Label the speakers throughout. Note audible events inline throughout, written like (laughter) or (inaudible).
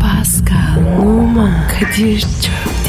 Speaker 1: Pascal, Oman, Kadir çok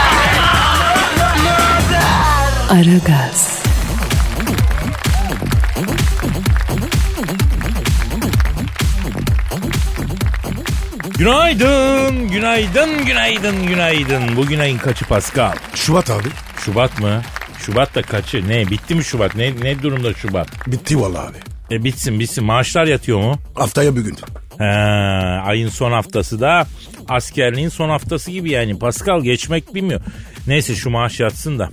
Speaker 1: Aragaz,
Speaker 2: Günaydın, günaydın, günaydın, günaydın. Bugün ayın kaçı Pascal?
Speaker 3: Şubat abi.
Speaker 2: Şubat mı? Şubat da kaçı? Ne? Bitti mi Şubat? Ne ne durumda Şubat?
Speaker 3: Bitti vallahi abi.
Speaker 2: E bitsin bitsin. Maaşlar yatıyor mu?
Speaker 3: Haftaya bir gün.
Speaker 2: He, ayın son haftası da askerliğin son haftası gibi yani. Pascal geçmek bilmiyor. Neyse şu maaş yatsın da.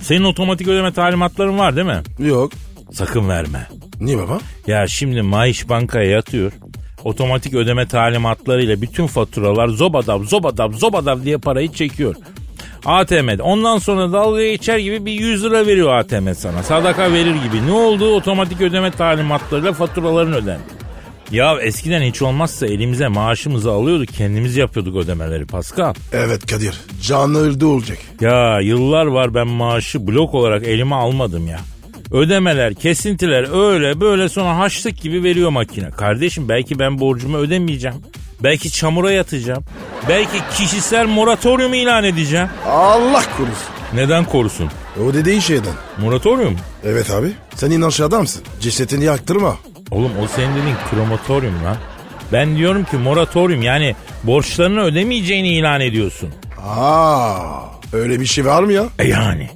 Speaker 2: Senin otomatik ödeme talimatların var değil mi?
Speaker 3: Yok.
Speaker 2: Sakın verme.
Speaker 3: Niye baba?
Speaker 2: Ya şimdi maaş bankaya yatıyor. Otomatik ödeme talimatlarıyla bütün faturalar zobadav zobadav zobadav diye parayı çekiyor. ATM'de. Ondan sonra dalga geçer gibi bir 100 lira veriyor ATM sana. Sadaka verir gibi. Ne oldu? Otomatik ödeme talimatlarıyla faturaların ödendi. Ya eskiden hiç olmazsa elimize maaşımızı alıyorduk kendimiz yapıyorduk ödemeleri Pascal.
Speaker 3: Evet Kadir. Canlı öldü olacak.
Speaker 2: Ya yıllar var ben maaşı blok olarak elime almadım ya. Ödemeler, kesintiler öyle böyle sonra haçlık gibi veriyor makine. Kardeşim belki ben borcumu ödemeyeceğim. Belki çamura yatacağım. Belki kişisel moratorium ilan edeceğim.
Speaker 3: Allah korusun.
Speaker 2: Neden korusun?
Speaker 3: O dediğin şeyden.
Speaker 2: Moratorium?
Speaker 3: Evet abi. Sen inançlı adamsın. Cesetini yaktırma.
Speaker 2: Oğlum o senin dediğin kromatoryum lan. Ben diyorum ki moratorium yani borçlarını ödemeyeceğini ilan ediyorsun.
Speaker 3: Aa, öyle bir şey var mı ya?
Speaker 2: E yani.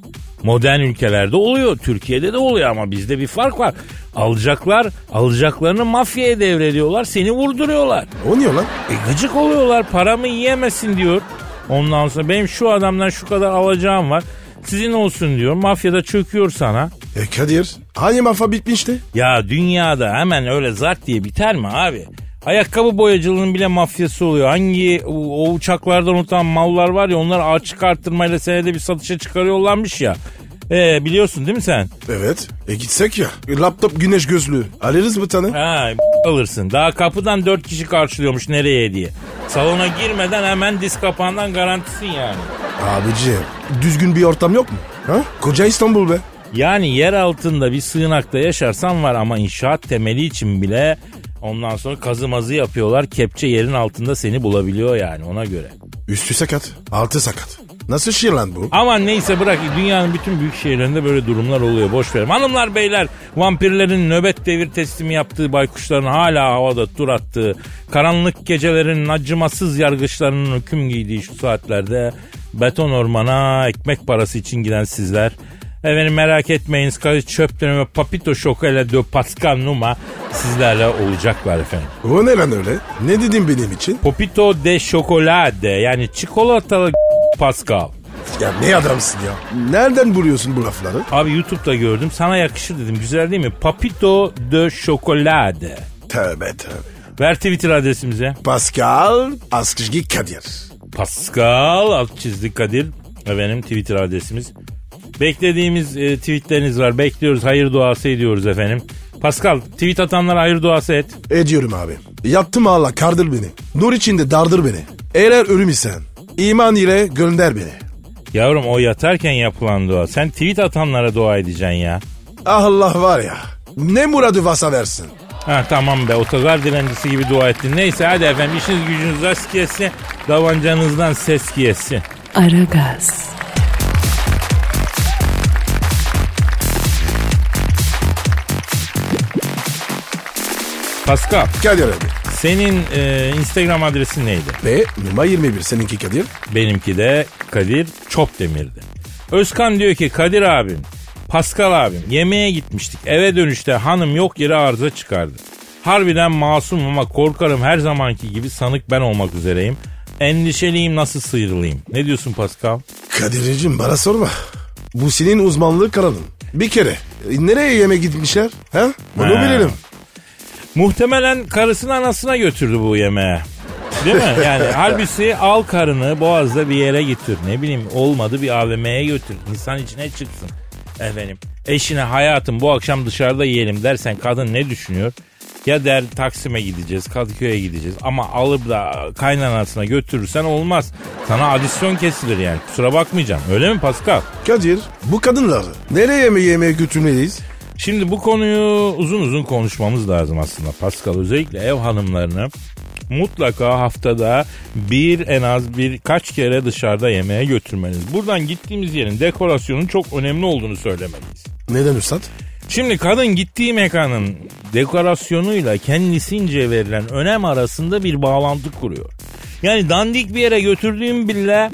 Speaker 2: Modern ülkelerde oluyor. Türkiye'de de oluyor ama bizde bir fark var. Alacaklar alacaklarını mafyaya devrediyorlar. Seni vurduruyorlar.
Speaker 3: O niye lan?
Speaker 2: E gıcık oluyorlar. Paramı yiyemesin diyor. Ondan sonra benim şu adamdan şu kadar alacağım var. Sizin olsun diyor. Mafyada çöküyor sana.
Speaker 3: E Kadir, hani mafa bitmişti?
Speaker 2: Ya dünyada hemen öyle zart diye biter mi abi? Ayakkabı boyacılığının bile mafyası oluyor. Hangi o, o uçaklardan unutan mallar var ya onları açık arttırmayla senede bir satışa çıkarıyorlarmış ya. E, biliyorsun değil mi sen?
Speaker 3: Evet. E gitsek ya. E, Laptop güneş gözlüğü. Alırız mı tane?
Speaker 2: Ha alırsın. Daha kapıdan dört kişi karşılıyormuş nereye diye. Salona girmeden hemen diz kapağından garantisin yani.
Speaker 3: Abiciğim, düzgün bir ortam yok mu? Ha? Koca İstanbul be.
Speaker 2: Yani yer altında bir sığınakta yaşarsan var ama inşaat temeli için bile ondan sonra kazımazı yapıyorlar. Kepçe yerin altında seni bulabiliyor yani ona göre.
Speaker 3: Üstü sakat, altı sakat. Nasıl şiir lan bu?
Speaker 2: Aman neyse bırak dünyanın bütün büyük şehirlerinde böyle durumlar oluyor boş verin. Hanımlar beyler vampirlerin nöbet devir teslimi yaptığı baykuşların hala havada tur attığı karanlık gecelerin acımasız yargıçlarının hüküm giydiği şu saatlerde beton ormana ekmek parası için giden sizler Efendim merak etmeyiniz Kadir Çöpten ve Papito Şokayla de Pascal Numa sizlerle olacaklar efendim.
Speaker 3: O ne lan öyle? Ne dedin benim için?
Speaker 2: Popito de Chocolade yani çikolatalı Pascal.
Speaker 3: Ya ne adamsın ya? Nereden buluyorsun bu lafları?
Speaker 2: Abi YouTube'da gördüm. Sana yakışır dedim. Güzel değil mi? Papito de Chocolade.
Speaker 3: Tövbe tövbe.
Speaker 2: Ver Twitter adresimize.
Speaker 3: Pascal Askışgi Kadir.
Speaker 2: Pascal alt çizgi Kadir. Efendim Twitter adresimiz. Beklediğimiz e, tweetleriniz var. Bekliyoruz. Hayır duası ediyoruz efendim. Pascal tweet atanlara hayır duası et.
Speaker 3: Ediyorum abi. Yattım Allah kardır beni. Nur içinde dardır beni. Eğer ölüm isen iman ile gönder beni.
Speaker 2: Yavrum o yatarken yapılan dua. Sen tweet atanlara dua edeceksin ya.
Speaker 3: Ah Allah var ya. Ne muradı vasa versin.
Speaker 2: Ha tamam be otogar dilencisi gibi dua ettin. Neyse hadi efendim işiniz gücünüz rast gelsin. Davancanızdan ses gelsin.
Speaker 1: Aragaz,
Speaker 2: Pascal.
Speaker 3: Kadir abi.
Speaker 2: Senin e, Instagram adresin neydi?
Speaker 3: Ve numara 21 seninki Kadir.
Speaker 2: Benimki de Kadir Çopdemir'di. Özkan diyor ki Kadir abim, Pascal abim yemeğe gitmiştik. Eve dönüşte hanım yok yere arıza çıkardı. Harbiden masum ama korkarım her zamanki gibi sanık ben olmak üzereyim. Endişeliyim nasıl sıyrılayım? Ne diyorsun Pascal?
Speaker 3: Kadir'cim bana sorma. Bu senin uzmanlığı kanalın. Bir kere e, nereye yeme gitmişler? Ha? Bunu
Speaker 2: Ha.
Speaker 3: bilelim.
Speaker 2: Muhtemelen karısını anasına götürdü bu yemeğe. Değil mi? Yani halbisi al karını boğazda bir yere götür. Ne bileyim olmadı bir AVM'ye götür. İnsan içine çıksın. Efendim eşine hayatım bu akşam dışarıda yiyelim dersen kadın ne düşünüyor? Ya der Taksim'e gideceğiz, Kadıköy'e gideceğiz. Ama alıp da kaynanasına götürürsen olmaz. Sana adisyon kesilir yani. Kusura bakmayacağım. Öyle mi Pascal?
Speaker 3: Kadir bu kadınları nereye mi yemeğe götürmeliyiz?
Speaker 2: Şimdi bu konuyu uzun uzun konuşmamız lazım aslında Pascal. Özellikle ev hanımlarını mutlaka haftada bir en az birkaç kere dışarıda yemeğe götürmeniz. Buradan gittiğimiz yerin dekorasyonun çok önemli olduğunu söylemeliyiz.
Speaker 3: Neden üstad?
Speaker 2: Şimdi kadın gittiği mekanın dekorasyonuyla kendisince verilen önem arasında bir bağlantı kuruyor. Yani dandik bir yere götürdüğüm bile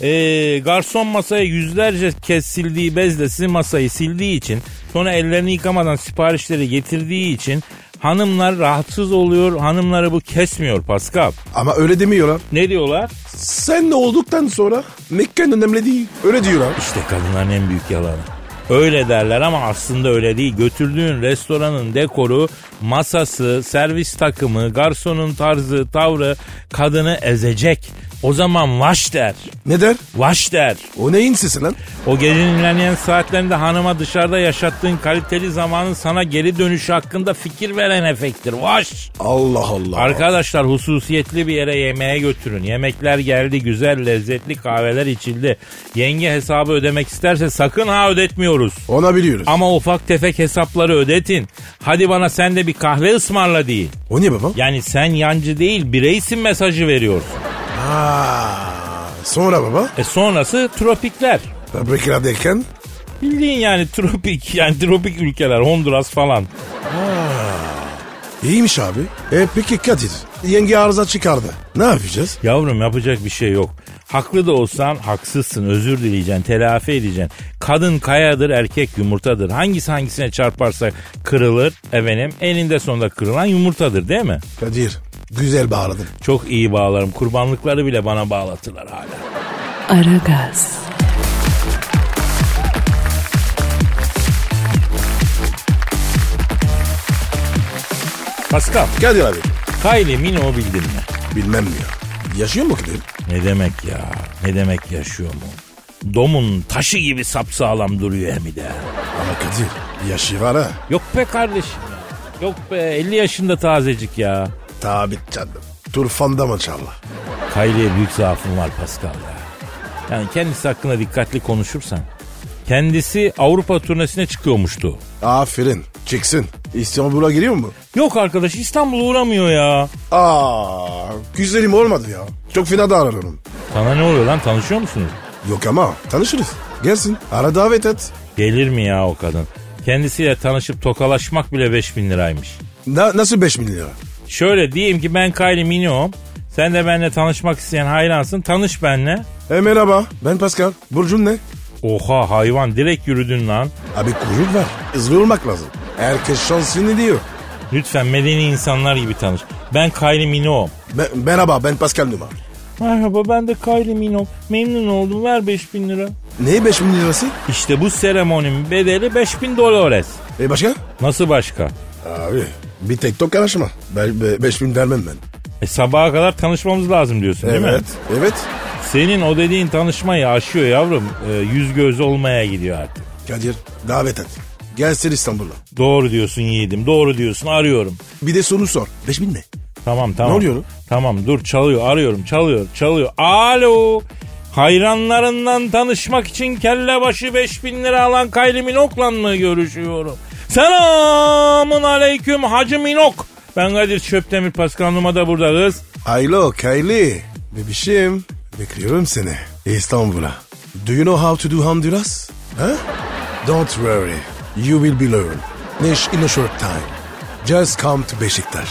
Speaker 2: e, garson masaya yüzlerce kez sildiği bezle sizin masayı sildiği için sonra ellerini yıkamadan siparişleri getirdiği için hanımlar rahatsız oluyor. Hanımları bu kesmiyor Pascal.
Speaker 3: Ama öyle demiyorlar.
Speaker 2: Ne diyorlar?
Speaker 3: Sen de olduktan sonra mekan önemli değil. Öyle diyorlar.
Speaker 2: İşte kadınların en büyük yalanı. Öyle derler ama aslında öyle değil. Götürdüğün restoranın dekoru, masası, servis takımı, garsonun tarzı, tavrı kadını ezecek. O zaman vaş der.
Speaker 3: Ne der?
Speaker 2: Vaş der.
Speaker 3: O neyin sesi lan?
Speaker 2: O gecenin ilerleyen saatlerinde hanıma dışarıda yaşattığın kaliteli zamanın sana geri dönüşü hakkında fikir veren efektir. Vaş.
Speaker 3: Allah Allah.
Speaker 2: Arkadaşlar hususiyetli bir yere yemeğe götürün. Yemekler geldi, güzel, lezzetli kahveler içildi. Yenge hesabı ödemek isterse sakın ha ödetmiyoruz.
Speaker 3: Ona biliyoruz.
Speaker 2: Ama ufak tefek hesapları ödetin. Hadi bana sen de bir kahve ısmarla deyin.
Speaker 3: o ne baba?
Speaker 2: Yani sen yancı değil bireysin mesajı veriyorsun.
Speaker 3: Aa, sonra baba?
Speaker 2: E sonrası tropikler.
Speaker 3: Fabrikalar derken?
Speaker 2: Bildiğin yani tropik yani tropik ülkeler Honduras falan.
Speaker 3: İyiymiş abi. E peki Kadir. Yenge arıza çıkardı. Ne yapacağız?
Speaker 2: Yavrum yapacak bir şey yok. Haklı da olsan haksızsın özür dileyeceksin telafi edeceksin. Kadın kayadır erkek yumurtadır. Hangisi hangisine çarparsa kırılır efendim eninde sonunda kırılan yumurtadır değil mi?
Speaker 3: Kadir. Güzel bağladın.
Speaker 2: Çok iyi bağlarım kurbanlıkları bile bana bağlatırlar hala.
Speaker 1: Aragaz,
Speaker 2: Pascal
Speaker 3: Kadir abi.
Speaker 2: Kylie Minogue bildin mi?
Speaker 3: Bilmem ya. Yaşıyor mu Kadir?
Speaker 2: Ne demek ya? Ne demek yaşıyor mu? Domun taşı gibi sapsağlam duruyor hem de.
Speaker 3: Ama Kadir. Yaşı var ha.
Speaker 2: Yok be kardeşim ya. Yok be 50 yaşında tazecik ya.
Speaker 3: Tabi canım. Turfanda maşallah.
Speaker 2: Kylie'ye büyük zaafım var Pascal ya. Yani kendisi hakkında dikkatli konuşursan. Kendisi Avrupa turnesine çıkıyormuştu.
Speaker 3: Aferin. Çıksın. İstanbul'a giriyor mu?
Speaker 2: Yok arkadaş İstanbul'a uğramıyor ya.
Speaker 3: Aa, güzelim olmadı ya. Çok fena da ararım.
Speaker 2: Sana ne oluyor lan tanışıyor musunuz?
Speaker 3: Yok ama tanışırız. Gelsin. Ara davet et.
Speaker 2: Gelir mi ya o kadın? Kendisiyle tanışıp tokalaşmak bile 5000 liraymış.
Speaker 3: Na- nasıl 5 milyon lira?
Speaker 2: Şöyle diyeyim ki ben Kylie Minogue'um. Sen de benimle tanışmak isteyen hayransın. Tanış benimle.
Speaker 3: E merhaba. Ben Pascal. Burcun ne?
Speaker 2: Oha hayvan direkt yürüdün lan.
Speaker 3: Abi kuyruk var. Hızlı olmak lazım. Herkes şansını diyor.
Speaker 2: Lütfen medeni insanlar gibi tanış. Ben Kylie Minogue'um.
Speaker 3: Ben, merhaba ben Pascal Numa.
Speaker 2: Merhaba ben de Kylie Minogue. Memnun oldum ver 5000 lira.
Speaker 3: Ne 5 milyon lirası?
Speaker 2: İşte bu seremoninin bedeli 5000 dolores.
Speaker 3: E başka?
Speaker 2: Nasıl başka?
Speaker 3: Abi bir tek tok araşma. Ben 5 bin vermem ben.
Speaker 2: E sabaha kadar tanışmamız lazım diyorsun değil mi?
Speaker 3: evet. Evet.
Speaker 2: Senin o dediğin tanışmayı aşıyor yavrum. E, yüz göz olmaya gidiyor artık.
Speaker 3: Kadir davet et. Gelsin İstanbul'a.
Speaker 2: Doğru diyorsun yiğidim doğru diyorsun arıyorum.
Speaker 3: Bir de soru sor. 5 bin ne?
Speaker 2: Tamam tamam.
Speaker 3: Ne oluyor?
Speaker 2: Tamam dur çalıyor arıyorum çalıyor çalıyor. Alo. Hayranlarından tanışmak için kelle başı 5000 lira alan Kayli Minok'la mı görüşüyorum? Selamun aleyküm Hacı Minok. Ben Kadir Çöptemir Pascal Numa da burada kız.
Speaker 3: Alo Kylie. Bebişim. Bekliyorum seni. İstanbul'a. Do you know how to do Honduras? Huh? Don't worry. You will be learned. Nish in a short time. Just come to Beşiktaş.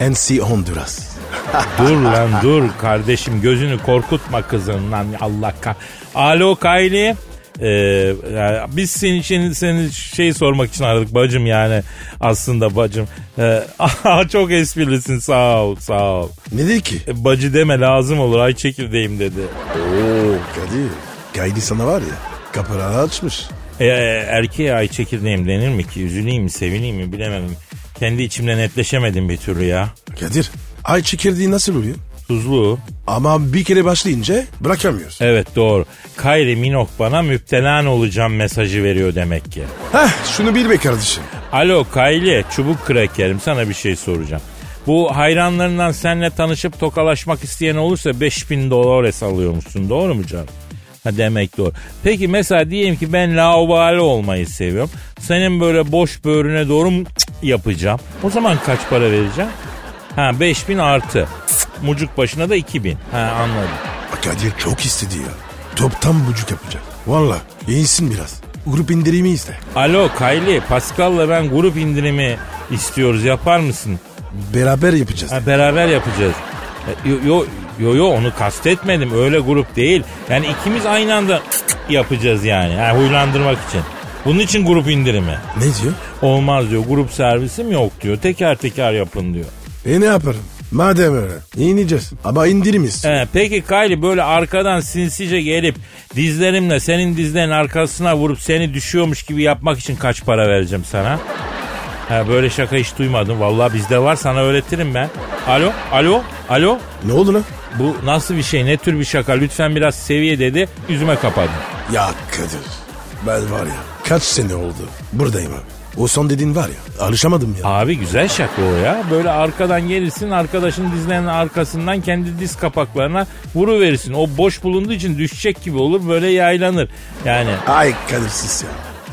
Speaker 3: And see Honduras.
Speaker 2: Dur lan dur kardeşim gözünü korkutma kızın lan Allah kah. Alo Kayli. Ee, ya biz senin için senin şey sormak için aradık bacım yani aslında bacım. Ee, (laughs) çok esprilisin sağ ol sağ ol.
Speaker 3: Ne dedi ki?
Speaker 2: E, Bacı deme lazım olur ay çekirdeğim dedi.
Speaker 3: Oo Kadir. Kylie sana var ya. Kapıları açmış.
Speaker 2: E, e, erkeğe ay çekirdeğim denir mi ki? Üzüleyim mi sevineyim mi bilemedim. Kendi içimde netleşemedim bir türlü ya.
Speaker 3: Kadir. Ay çekirdeği nasıl oluyor?
Speaker 2: tuzlu.
Speaker 3: Ama bir kere başlayınca bırakamıyoruz.
Speaker 2: Evet doğru. Kylie Minogue bana müptelan olacağım mesajı veriyor demek ki.
Speaker 3: Heh şunu bil be kardeşim.
Speaker 2: Alo Kylie çubuk krakerim sana bir şey soracağım. Bu hayranlarından seninle tanışıp tokalaşmak isteyen olursa 5000 dolar alıyormuşsun doğru mu canım? Ha demek doğru. Peki mesela diyelim ki ben laubali olmayı seviyorum. Senin böyle boş böğrüne doğru mu cık yapacağım. O zaman kaç para vereceğim? Ha 5000 artı. Mucuk başına da 2000. Ha anladım.
Speaker 3: Kadir çok istedi ya. Toptan bucuk yapacak. Valla iyisin biraz. Grup indirimi iste.
Speaker 2: Alo Kylie, Pascal'la ben grup indirimi istiyoruz. Yapar mısın?
Speaker 3: Beraber yapacağız.
Speaker 2: Ha, beraber yapacağız. E, Yo, yo yo yo onu kastetmedim. Öyle grup değil. Yani ikimiz aynı anda yapacağız yani. Ha, huylandırmak için. Bunun için grup indirimi.
Speaker 3: Ne diyor?
Speaker 2: Olmaz diyor. Grup servisim yok diyor. Teker teker yapın diyor.
Speaker 3: E ne yaparım? Madem öyle. ineceğiz. Ama indirim istiyor.
Speaker 2: He, peki Kylie böyle arkadan sinsice gelip dizlerimle senin dizlerin arkasına vurup seni düşüyormuş gibi yapmak için kaç para vereceğim sana? Ha, böyle şaka hiç duymadım. Vallahi bizde var sana öğretirim ben. Alo, alo, alo.
Speaker 3: Ne oldu lan?
Speaker 2: Bu nasıl bir şey, ne tür bir şaka? Lütfen biraz seviye dedi. Yüzüme kapadı.
Speaker 3: Ya Kadir. Ben var ya kaç sene oldu buradayım abi. O son dediğin var ya alışamadım ya.
Speaker 2: Abi güzel şaka o ya. Böyle arkadan gelirsin arkadaşın dizlerinin arkasından kendi diz kapaklarına vuru verirsin. O boş bulunduğu için düşecek gibi olur böyle yaylanır. Yani
Speaker 3: Ay Kadir siz ya.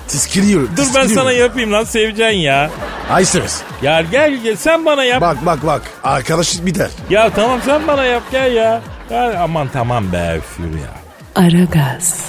Speaker 3: Tiskiliyorum.
Speaker 2: Dur ben sana yapayım lan seveceksin ya.
Speaker 3: Ay siz.
Speaker 2: Ya gel gel sen bana yap.
Speaker 3: Bak bak bak. Arkadaşlık biter.
Speaker 2: Ya tamam sen bana yap gel ya. Ya aman tamam be üf yürü ya.
Speaker 1: Aragaz,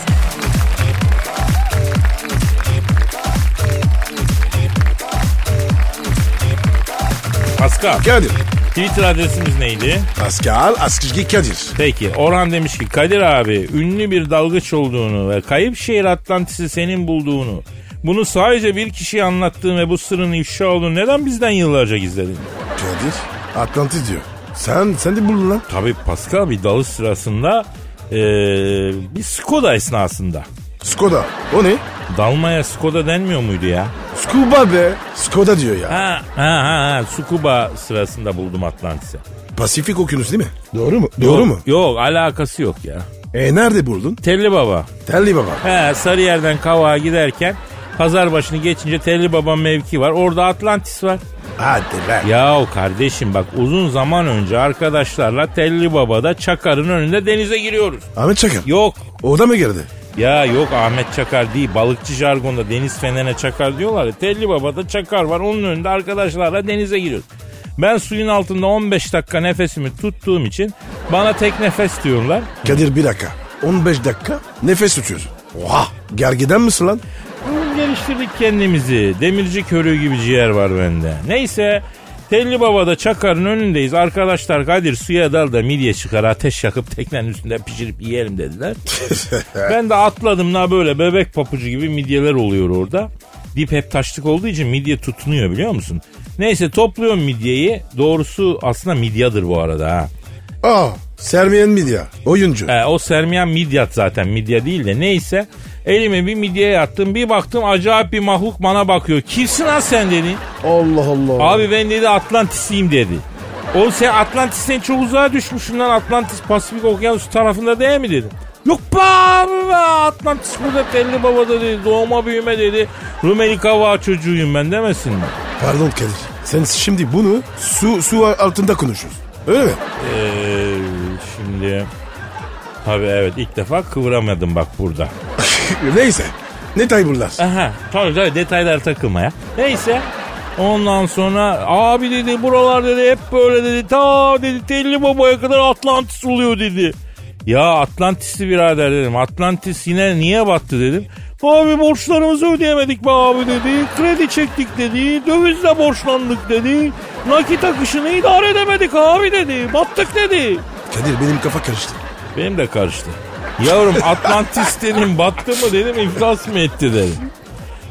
Speaker 2: Pascal
Speaker 3: Kadir.
Speaker 2: Twitter adresimiz neydi?
Speaker 3: Pascal Askışki Kadir.
Speaker 2: Peki Orhan demiş ki Kadir abi ünlü bir dalgıç olduğunu ve kayıp şehir Atlantis'i senin bulduğunu bunu sadece bir kişiye anlattığın ve bu sırrın ifşa olduğunu neden bizden yıllarca gizledin?
Speaker 3: Kadir. Atlantis diyor. Sen sen de buldun lan.
Speaker 2: Tabii Pascal bir dalış sırasında eee, bir Skoda esnasında.
Speaker 3: Skoda. O ne?
Speaker 2: Dalmaya Skoda denmiyor muydu ya?
Speaker 3: Scuba be. Skoda diyor ya.
Speaker 2: Ha ha ha, ha. Sukuba sırasında buldum Atlantis'i.
Speaker 3: Pasifik okyanusu değil mi? Doğru mu?
Speaker 2: Yok, Yok alakası yok ya.
Speaker 3: E nerede buldun?
Speaker 2: Telli Baba.
Speaker 3: Telli baba.
Speaker 2: He Sarıyer'den Kavağa giderken pazar başını geçince Telli Baba mevki var. Orada Atlantis var.
Speaker 3: Hadi be.
Speaker 2: Yahu kardeşim bak uzun zaman önce arkadaşlarla Telli Baba'da Çakar'ın önünde denize giriyoruz.
Speaker 3: Ahmet Çakır.
Speaker 2: Yok
Speaker 3: O da mı girdi?
Speaker 2: ya yok Ahmet Çakar değil balıkçı jargonda deniz fenerine Çakar diyorlar ya. Telli Baba'da Çakar var onun önünde arkadaşlarla denize giriyoruz. Ben suyun altında 15 dakika nefesimi tuttuğum için bana tek nefes diyorlar.
Speaker 3: Kadir bir dakika. 15 dakika nefes tutuyorsun. Oha. Gergiden misin lan?
Speaker 2: Oğlum geliştirdik kendimizi. Demirci körüğü gibi ciğer var bende. Neyse Telli Baba'da Çakar'ın önündeyiz. Arkadaşlar Kadir suya dal da midye çıkar ateş yakıp teknenin üstünde pişirip yiyelim dediler. ben de atladım na böyle bebek papucu gibi midyeler oluyor orada. Dip hep taşlık olduğu için midye tutunuyor biliyor musun? Neyse topluyorum midyeyi. Doğrusu aslında midyadır bu arada ha.
Speaker 3: Aa. Sermiyen miydi ya? Oyuncu.
Speaker 2: E, o sermiyen midyat zaten midye değil de neyse. Elimi bir midyeye attım bir baktım acayip bir mahluk bana bakıyor. Kimsin lan sen dedi.
Speaker 3: Allah Allah.
Speaker 2: Abi ben dedi Atlantis'iyim dedi. Oğlum sen Atlantis'ten çok uzağa düşmüşsün lan Atlantis Pasifik Okyanusu tarafında değil mi dedim. Yok be abi be Atlantis burada telli babada dedi doğma büyüme dedi. Rumeli kavağı çocuğuyum ben demesin mi?
Speaker 3: Pardon Kadir. Sen şimdi bunu su su altında konuşuyorsun. Öyle mi?
Speaker 2: Ee, şimdi tabii evet ilk defa kıvıramadım bak burada.
Speaker 3: Neyse. Ne tayburlar?
Speaker 2: Aha, tabii tabii detaylara takılma ya. Neyse. Ondan sonra abi dedi buralar dedi hep böyle dedi. Ta dedi Telli Baba'ya kadar Atlantis oluyor dedi. Ya Atlantis'i birader dedim. Atlantis yine niye battı dedim. Abi borçlarımızı ödeyemedik be abi dedi. Kredi çektik dedi. Dövizle borçlandık dedi. Nakit akışını idare edemedik abi dedi. Battık dedi.
Speaker 3: Kadir benim kafa karıştı.
Speaker 2: Benim de karıştı. Yavrum Atlantis dedim battı mı dedim iflas mı etti dedim.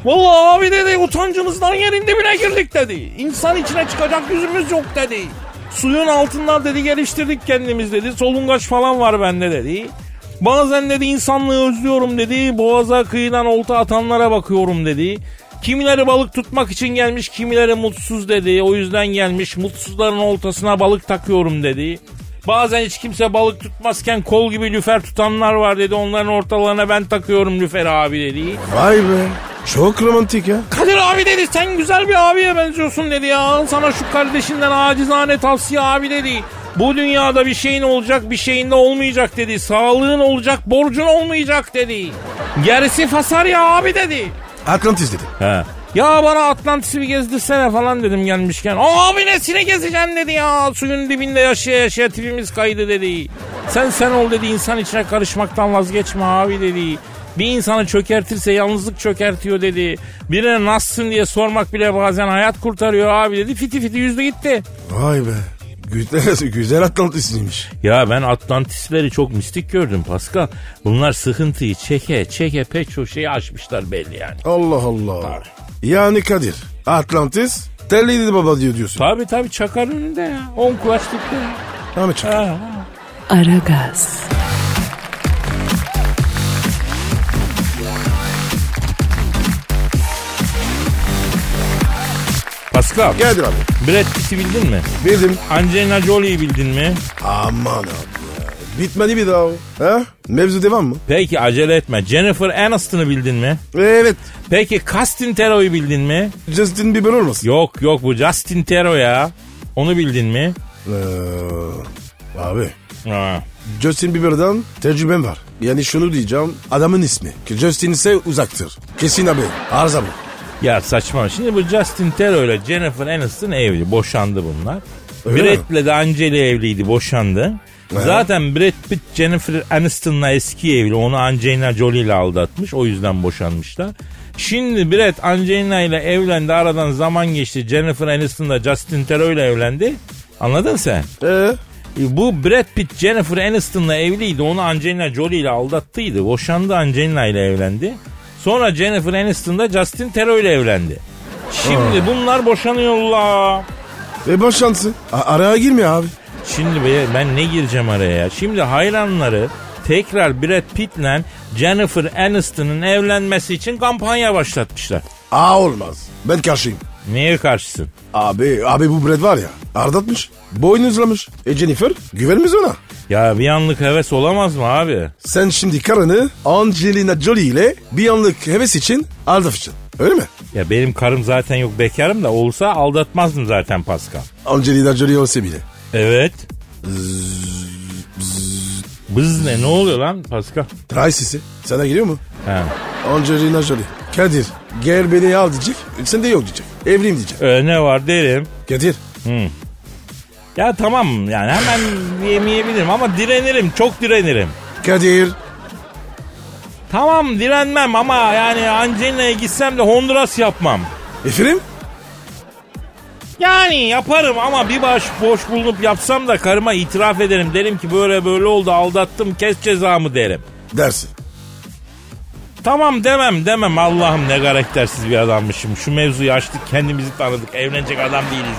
Speaker 2: Vallahi abi dedi utancımızdan yerin dibine girdik dedi. İnsan içine çıkacak yüzümüz yok dedi. Suyun altından dedi geliştirdik kendimiz dedi. Solungaç falan var bende dedi. Bazen dedi insanlığı özlüyorum dedi. Boğaza kıyıdan olta atanlara bakıyorum dedi. Kimileri balık tutmak için gelmiş kimileri mutsuz dedi. O yüzden gelmiş mutsuzların oltasına balık takıyorum dedi. Bazen hiç kimse balık tutmazken kol gibi lüfer tutanlar var dedi. Onların ortalarına ben takıyorum lüfer abi dedi.
Speaker 3: Vay be. Çok romantik ya.
Speaker 2: Kadir abi dedi sen güzel bir abiye benziyorsun dedi ya. Al sana şu kardeşinden acizane tavsiye abi dedi. Bu dünyada bir şeyin olacak bir şeyin de olmayacak dedi. Sağlığın olacak borcun olmayacak dedi. Gerisi fasar ya abi dedi.
Speaker 3: Atlantis dedi.
Speaker 2: He. Ya bana Atlantis'i bir gezdirsene falan dedim gelmişken. Abi nesine gezeceksin dedi ya. Suyun dibinde yaşaya yaşaya tipimiz kaydı dedi. Sen sen ol dedi insan içine karışmaktan vazgeçme abi dedi. Bir insanı çökertirse yalnızlık çökertiyor dedi. Birine nasılsın diye sormak bile bazen hayat kurtarıyor abi dedi. Fiti fiti yüzdü gitti.
Speaker 3: Vay be. Güzel, (laughs) güzel Atlantis'liymiş.
Speaker 2: Ya ben Atlantisleri çok mistik gördüm Pascal. Bunlar sıkıntıyı çeke çeke pek çok şeyi aşmışlar belli yani.
Speaker 3: Allah Allah. Yani Kadir. Atlantis telliydi baba diyor diyorsun.
Speaker 2: Tabi tabi çakar önünde ya. On kulaç dipte ya.
Speaker 3: Tamam çak.
Speaker 2: Ha, ha.
Speaker 1: Aragaz,
Speaker 2: Pascal.
Speaker 3: Geldir abi.
Speaker 2: Brad Pitt'i bildin mi?
Speaker 3: Bildim.
Speaker 2: Angelina Jolie'yi bildin mi?
Speaker 3: Aman abi ya. Bitmedi bir daha o. He? Mevzu devam mı?
Speaker 2: Peki acele etme. Jennifer Aniston'ı bildin mi?
Speaker 3: Evet.
Speaker 2: Peki Justin Theroux'u bildin mi?
Speaker 3: Justin Bieber olmasın?
Speaker 2: Yok yok bu Justin Theroux ya. Onu bildin mi?
Speaker 3: Ee, abi.
Speaker 2: Ha.
Speaker 3: Justin Bieber'dan tecrübem var. Yani şunu diyeceğim. Adamın ismi. Ki Justin ise uzaktır. Kesin abi. Arıza bu.
Speaker 2: Ya saçma. Şimdi bu Justin Theroux ile Jennifer Aniston evli. Boşandı bunlar.
Speaker 3: Öyle mi?
Speaker 2: Brad Pitt'le de Angela evliydi. Boşandı. Zaten Brad Pitt Jennifer Aniston'la eski evli. Onu Angelina Jolie ile aldatmış. O yüzden boşanmışlar. Şimdi Brad Angelina ile evlendi. Aradan zaman geçti. Jennifer Aniston da Justin Theroux ile evlendi. Anladın sen?
Speaker 3: Ee?
Speaker 2: E, Bu Brad Pitt Jennifer Aniston'la evliydi. Onu Angelina Jolie ile aldattıydı. Boşandı Angelina ile evlendi. Sonra Jennifer Aniston da Justin Theroux ile evlendi. Şimdi bunlar boşanıyorlar.
Speaker 3: E boş şansı. A- araya girmiyor abi.
Speaker 2: Şimdi be- ben ne gireceğim araya ya? Şimdi hayranları tekrar Brad Pitt'le Jennifer Aniston'un evlenmesi için kampanya başlatmışlar.
Speaker 3: Aa olmaz. Ben karşıyım.
Speaker 2: Neye karşısın?
Speaker 3: Abi, abi bu Brad var ya. Ardatmış. Boynuzlamış. E Jennifer güvenmez ona.
Speaker 2: Ya bir anlık heves olamaz mı abi?
Speaker 3: Sen şimdi karını Angelina Jolie ile bir anlık heves için aldatacaksın. Öyle mi?
Speaker 2: Ya benim karım zaten yok bekarım da olsa aldatmazdım zaten Pascal.
Speaker 3: Angelina Jolie olsa bile.
Speaker 2: Evet. Bız ne? Ne oluyor lan Pascal?
Speaker 3: Tray sesi. Sana geliyor mu?
Speaker 2: Ha.
Speaker 3: Angelina Jolie. Kadir gel beni al diyecek. Sen de yok diyecek. Evliyim diyecek.
Speaker 2: Ee, ne var derim.
Speaker 3: Kadir.
Speaker 2: Ya tamam yani hemen yemeyebilirim ama direnirim. Çok direnirim.
Speaker 3: Kadir.
Speaker 2: Tamam direnmem ama yani Angelina'ya gitsem de Honduras yapmam.
Speaker 3: Efendim?
Speaker 2: Yani yaparım ama bir baş boş bulunup yapsam da karıma itiraf ederim. Derim ki böyle böyle oldu aldattım kes cezamı derim.
Speaker 3: Dersin.
Speaker 2: Tamam demem demem Allah'ım ne karaktersiz bir adammışım. Şu mevzuyu açtık kendimizi tanıdık evlenecek adam değiliz.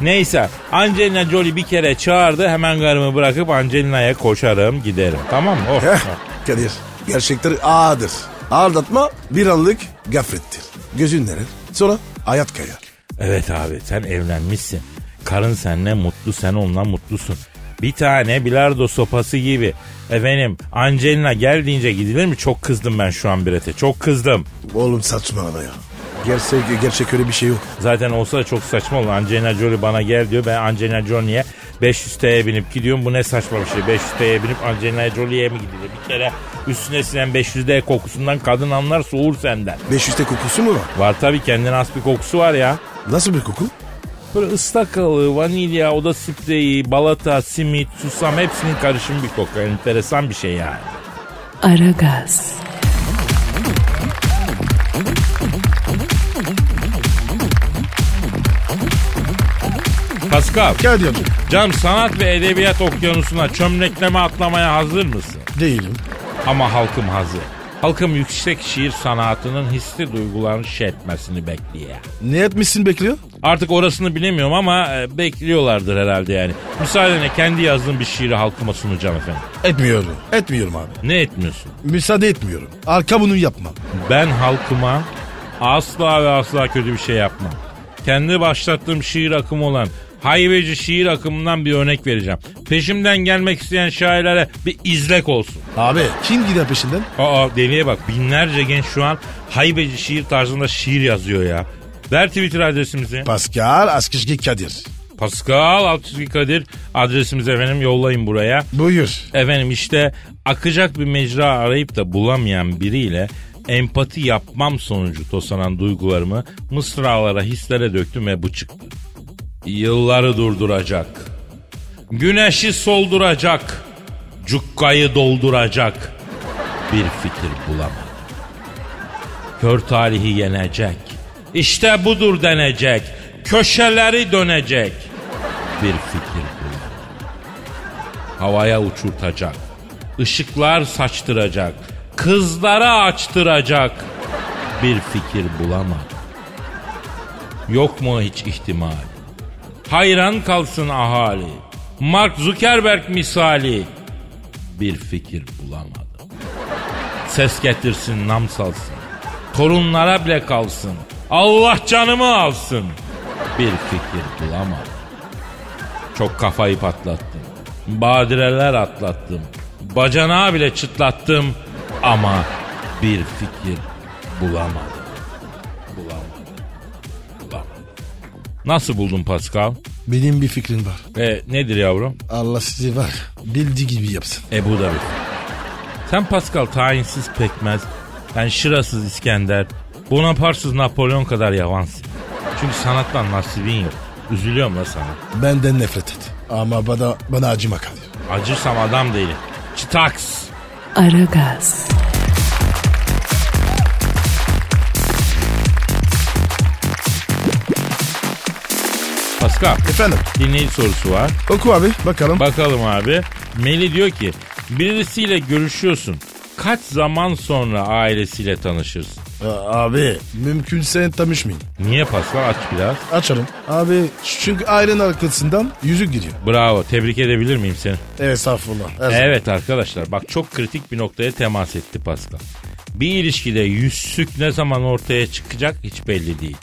Speaker 2: Neyse Angelina Jolie bir kere çağırdı hemen karımı bırakıp Angelina'ya koşarım giderim tamam mı? Oh.
Speaker 3: Heh, Kadir. Gerçekler ağırdır. Aldatma bir anlık gaflettir. Gözün neler? Sonra hayat kayar.
Speaker 2: evet abi sen evlenmişsin. Karın seninle mutlu sen onunla mutlusun. Bir tane bilardo sopası gibi. Efendim Angelina gel deyince gidilir mi? Çok kızdım ben şu an Brete çok kızdım.
Speaker 3: Oğlum saçmalama ya. Gerçek, gerçek öyle bir şey yok.
Speaker 2: Zaten olsa da çok saçma olur. Angelina Jolie bana gel diyor. Ben Angelina Jolie'ye 500 TL'ye binip gidiyorum. Bu ne saçma bir şey. 500 TL'ye binip Angelina Jolie'ye mi gidilir? Bir kere üstüne sinen 500 TL kokusundan kadın anlar soğur senden.
Speaker 3: 500 te kokusu mu var?
Speaker 2: Var tabii kendine has bir kokusu var ya.
Speaker 3: Nasıl bir koku?
Speaker 2: Böyle ıslak alı, vanilya, oda spreyi, balata, simit, susam hepsinin karışımı bir koku. Enteresan bir şey yani.
Speaker 1: Aragaz,
Speaker 2: Pascal,
Speaker 3: Kadir.
Speaker 2: cam sanat ve edebiyat okyanusuna çömlekleme atlamaya hazır mısın?
Speaker 3: Değilim.
Speaker 2: Ama halkım hazır. Halkım yüksek şiir sanatının hissi duygularını şey etmesini bekliyor.
Speaker 3: Ne etmişsin bekliyor?
Speaker 2: Artık orasını bilemiyorum ama e, bekliyorlardır herhalde yani. Müsaadenle kendi yazdığım bir şiiri halkıma sunacağım efendim.
Speaker 3: Etmiyorum. Etmiyorum abi.
Speaker 2: Ne etmiyorsun?
Speaker 3: Müsaade etmiyorum. Arka bunu yapmam.
Speaker 2: Ben halkıma asla ve asla kötü bir şey yapmam. Kendi başlattığım şiir akımı olan Hayveci şiir akımından bir örnek vereceğim. Peşimden gelmek isteyen şairlere bir izlek olsun.
Speaker 3: Abi kim gider peşinden?
Speaker 2: Aa deliye bak binlerce genç şu an haybeci şiir tarzında şiir yazıyor ya. Ver Twitter adresimizi.
Speaker 3: Pascal Askışki Kadir.
Speaker 2: Pascal Altçizgi Kadir adresimiz efendim yollayın buraya.
Speaker 3: Buyur.
Speaker 2: Efendim işte akacak bir mecra arayıp da bulamayan biriyle empati yapmam sonucu tosanan duygularımı mısralara hislere döktüm ve bu çıktı. Yılları durduracak. Güneşi solduracak. Cukkayı dolduracak. Bir fikir bulamadım. Kör talihi yenecek. İşte budur denecek. Köşeleri dönecek. Bir fikir bulamadım havaya uçurtacak. Işıklar saçtıracak. Kızlara açtıracak. Bir fikir bulamadım. Yok mu hiç ihtimal? Hayran kalsın ahali. Mark Zuckerberg misali. Bir fikir bulamadım. Ses getirsin nam salsın. Torunlara bile kalsın. Allah canımı alsın. Bir fikir bulamadım. Çok kafayı patlattım. Badireler atlattım. Bacanağı bile çıtlattım. Ama bir fikir bulamadım. Bulamadım. Bulamadım. Nasıl buldun Pascal?
Speaker 3: Benim bir fikrim var.
Speaker 2: E, nedir yavrum?
Speaker 3: Allah sizi var. Bildiği gibi yapsın.
Speaker 2: E bu da bir. Sen Pascal tayinsiz pekmez. Ben şırasız İskender. Bonaparsız Napolyon kadar yavansın. Çünkü sanattan nasibin yok. Üzülüyorum la sana.
Speaker 3: Benden nefret et. Ama bana, bana acıma Kadir.
Speaker 2: Acırsam adam değilim. Çıtaks.
Speaker 1: Aragaz,
Speaker 2: Pascal
Speaker 3: Efendim?
Speaker 2: dinleyici sorusu var.
Speaker 3: Oku abi bakalım.
Speaker 2: Bakalım abi. Meli diyor ki birisiyle görüşüyorsun. Kaç zaman sonra ailesiyle tanışırsın?
Speaker 3: Aa, abi mümkünse tanışmayın.
Speaker 2: Niye Pascal aç biraz.
Speaker 3: Açalım. Abi çünkü ailenin arkasından yüzük giriyor.
Speaker 2: Bravo tebrik edebilir miyim seni?
Speaker 3: Estağfurullah. Her zaman.
Speaker 2: Evet arkadaşlar bak çok kritik bir noktaya temas etti Pascal. Bir ilişkide yüzsük ne zaman ortaya çıkacak hiç belli değil.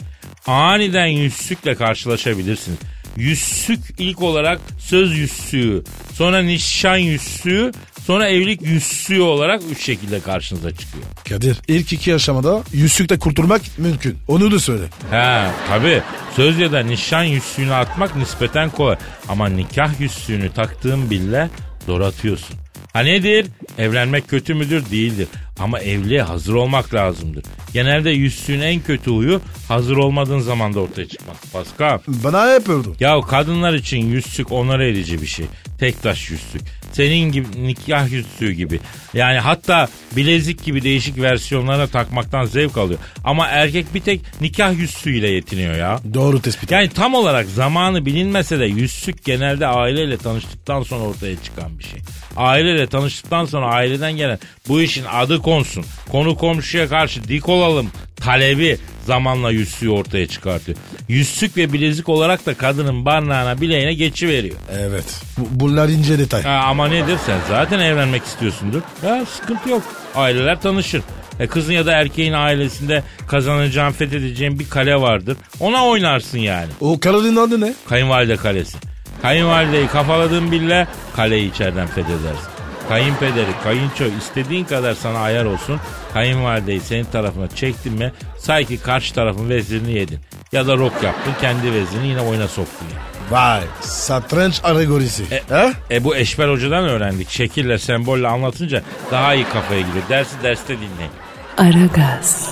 Speaker 2: Aniden yüzsükle karşılaşabilirsiniz. Yüzsük ilk olarak söz yüzsüğü, sonra nişan yüzsüğü, sonra evlilik yüzsüğü olarak üç şekilde karşınıza çıkıyor.
Speaker 3: Kadir ilk iki aşamada yüzükle kurtulmak mümkün. Onu da söyle.
Speaker 2: He tabi söz ya da nişan yüzsüğünü atmak nispeten kolay. Ama nikah yüzsüğünü taktığın bile zor atıyorsun. Ha nedir? Evlenmek kötü müdür? Değildir. Ama evliliğe hazır olmak lazımdır. Genelde yüzsüğün en kötü huyu hazır olmadığın zaman da ortaya çıkmak. Pascal.
Speaker 3: Bana hep öldü.
Speaker 2: Ya kadınlar için yüzsük onar edici bir şey. Tek taş yüzsük. Senin gibi nikah yüzsüğü gibi. Yani hatta bilezik gibi değişik versiyonlarına takmaktan zevk alıyor. Ama erkek bir tek nikah yüzsüğüyle yetiniyor ya.
Speaker 3: Doğru tespit.
Speaker 2: Yani tam olarak zamanı bilinmese de yüzsük genelde aileyle tanıştıktan sonra ortaya çıkan bir şey. Aileyle tanıştıktan sonra aileden gelen bu işin adı konsun. Konu komşuya karşı dik olalım talebi zamanla yüzsüğü ortaya çıkartıyor. Yüzsük ve bilezik olarak da kadının barnağına bileğine geçiveriyor.
Speaker 3: Evet. Bu, bunlar ince detay.
Speaker 2: Ha, ama nedir sen zaten evlenmek istiyorsundur. Ya sıkıntı yok. Aileler tanışır. E kızın ya da erkeğin ailesinde kazanacağın, fethedeceğin bir kale vardır. Ona oynarsın yani.
Speaker 3: O kararın adı ne?
Speaker 2: Kayınvalide kalesi. Kayınvalideyi kafaladığın bille kaleyi içeriden fethedersin. Kayınpederi, kayınço istediğin kadar sana ayar olsun. Kayınvalideyi senin tarafına çektin mi say ki karşı tarafın vezirini yedin. Ya da rok yaptın kendi vezirini yine oyuna soktun. yani.
Speaker 3: Vay. Satranç alegorisi.
Speaker 2: E-
Speaker 3: ha?
Speaker 2: E bu Eşber Hoca'dan öğrendik. Şekille, sembolle anlatınca daha iyi kafaya giriyor. Dersi derste dinleyin.
Speaker 1: Aragaz,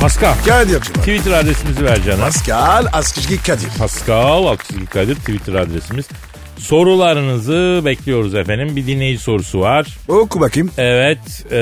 Speaker 2: Pascal.
Speaker 3: Kadir'cim.
Speaker 2: Twitter adresimizi ver canım.
Speaker 3: Pascal Askışki Kadir.
Speaker 2: Pascal Aksizlik Kadir Twitter adresimiz. Sorularınızı bekliyoruz efendim. Bir dinleyici sorusu var.
Speaker 3: Oku bakayım.
Speaker 2: Evet e,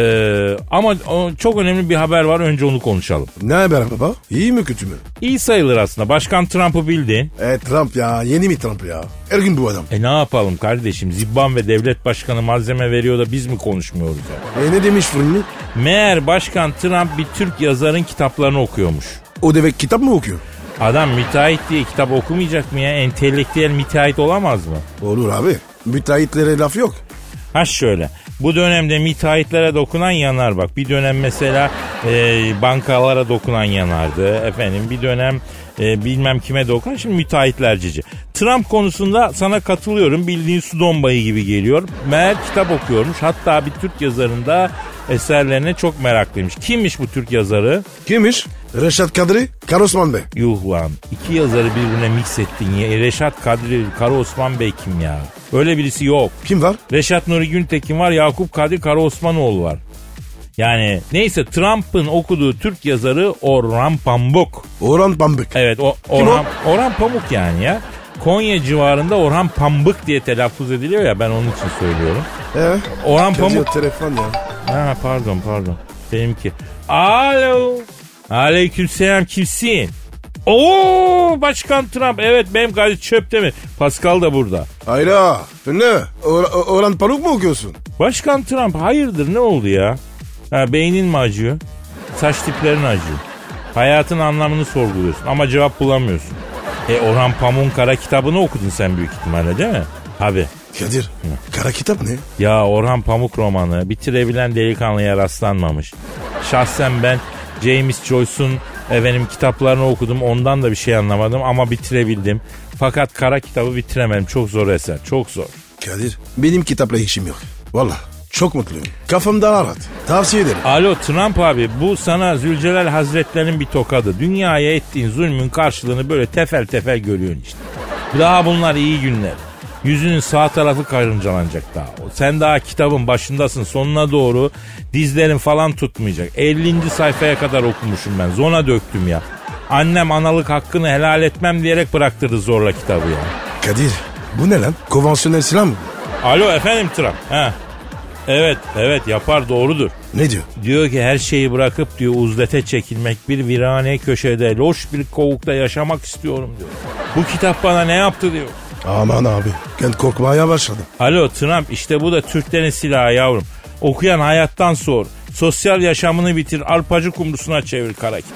Speaker 2: ama o- çok önemli bir haber var önce onu konuşalım.
Speaker 3: Ne haber baba? İyi mi kötü mü?
Speaker 2: İyi sayılır aslında başkan Trump'ı bildi.
Speaker 3: E Trump ya. Yeni mi Trump ya? Her gün bu adam.
Speaker 2: E ne yapalım kardeşim Zibban ve devlet başkanı malzeme veriyor da biz mi konuşmuyoruz ya?
Speaker 3: E ne demiş Fırını?
Speaker 2: Meğer başkan Trump bir Türk yazarın kitaplarını okuyormuş.
Speaker 3: O demek kitap mı okuyor?
Speaker 2: Adam müteahhit diye kitap okumayacak mı ya? Entelektüel müteahhit olamaz mı?
Speaker 3: Olur abi. Müteahhitlere laf yok.
Speaker 2: Ha şöyle. Bu dönemde müteahhitlere dokunan yanar bak. Bir dönem mesela e, bankalara dokunan yanardı. Efendim bir dönem e, bilmem kime dokunan şimdi müteahhitler cici. Trump konusunda sana katılıyorum. Bildiğin su dombayı gibi geliyor. Meğer kitap okuyormuş. Hatta bir Türk yazarında eserlerine çok meraklıymış. Kimmiş bu Türk yazarı?
Speaker 3: Kimmiş? Reşat Kadri, Karosman Bey.
Speaker 2: Yuh lan. İki yazarı birbirine mix ettin ya. E, Reşat Kadri, Kara Osman Bey kim ya? Öyle birisi yok.
Speaker 3: Kim var?
Speaker 2: Reşat Nuri Güntekin var, Yakup Kadri Kara Osmanoğlu var. Yani neyse Trump'ın okuduğu Türk yazarı Orhan Pamuk.
Speaker 3: Orhan Pambık.
Speaker 2: Evet o Orhan, Orhan Pamuk yani ya. Konya civarında Orhan Pambık diye telaffuz ediliyor ya ben onun için söylüyorum.
Speaker 3: Ee,
Speaker 2: Orhan Pamuk.
Speaker 3: Pamuk. telefon ya.
Speaker 2: Ha, pardon pardon. Benimki. Alo. Aleykümselam kimsin? Oo Başkan Trump. Evet benim gazete çöpte mi? Pascal da burada.
Speaker 3: Hayda. Ne? Or- Or- Orhan Pamuk mu okuyorsun?
Speaker 2: Başkan Trump hayırdır ne oldu ya? Ha, beynin mi acıyor? Saç tiplerin acıyor. Hayatın anlamını sorguluyorsun ama cevap bulamıyorsun. E Orhan Pamuk'un kara kitabını okudun sen büyük ihtimalle değil mi? Abi
Speaker 3: Kadir, kara kitap ne?
Speaker 2: ya Orhan Pamuk romanı bitirebilen delikanlıya rastlanmamış. Şahsen ben James Joyce'un efendim kitaplarını okudum ondan da bir şey anlamadım ama bitirebildim. Fakat kara kitabı bitiremedim. Çok zor eser. Çok zor.
Speaker 3: Kadir, benim kitapla işim yok. Valla çok mutluyum. Kafam daha rahat. Tavsiye ederim.
Speaker 2: Alo Trump abi bu sana Zülcelal Hazretleri'nin bir tokadı. Dünyaya ettiğin zulmün karşılığını böyle tefel tefel görüyorsun işte. Daha bunlar iyi günler. Yüzünün sağ tarafı karıncalanacak daha. Sen daha kitabın başındasın sonuna doğru dizlerin falan tutmayacak. 50. sayfaya kadar okumuşum ben zona döktüm ya. Annem analık hakkını helal etmem diyerek bıraktırdı zorla kitabı ya.
Speaker 3: Kadir, bu ne lan? Konvansiyonel silah mı?
Speaker 2: Alo efendim Trump. He. Evet evet yapar doğrudur.
Speaker 3: Ne diyor?
Speaker 2: Diyor ki her şeyi bırakıp diyor uzlete çekilmek bir virane köşede loş bir kovukta yaşamak istiyorum diyor. Bu kitap bana ne yaptı diyor.
Speaker 3: Aman abi, ben korkmaya başladım.
Speaker 2: Alo Trump işte bu da Türklerin silahı yavrum. Okuyan hayattan sor. Sosyal yaşamını bitir. Arpacı kumrusuna çevir karakit.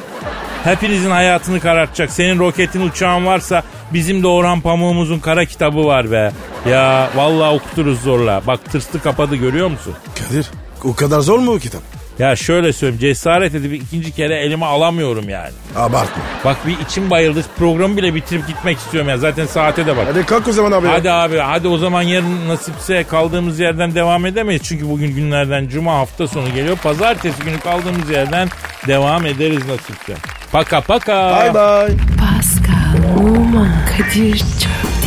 Speaker 2: Hepinizin hayatını karartacak. Senin roketin uçağın varsa bizim de Orhan Pamuk'umuzun kara kitabı var be. Ya vallahi okuturuz zorla. Bak tırstı kapadı görüyor musun?
Speaker 3: Kadir, o kadar zor mu o kitap?
Speaker 2: Ya şöyle söyleyeyim cesaret edip ikinci kere elime alamıyorum yani.
Speaker 3: Abartma.
Speaker 2: Bak bir içim bayıldı. Programı bile bitirip gitmek istiyorum ya. Zaten saate de bak.
Speaker 3: Hadi kalk o zaman abi.
Speaker 2: Hadi abi hadi o zaman yarın nasipse kaldığımız yerden devam edemeyiz. Çünkü bugün günlerden cuma hafta sonu geliyor. Pazartesi günü kaldığımız yerden devam ederiz nasipse. Paka paka.
Speaker 3: Bye bye.
Speaker 1: Pascal, Oman, Kadir çok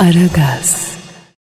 Speaker 1: Aragaz.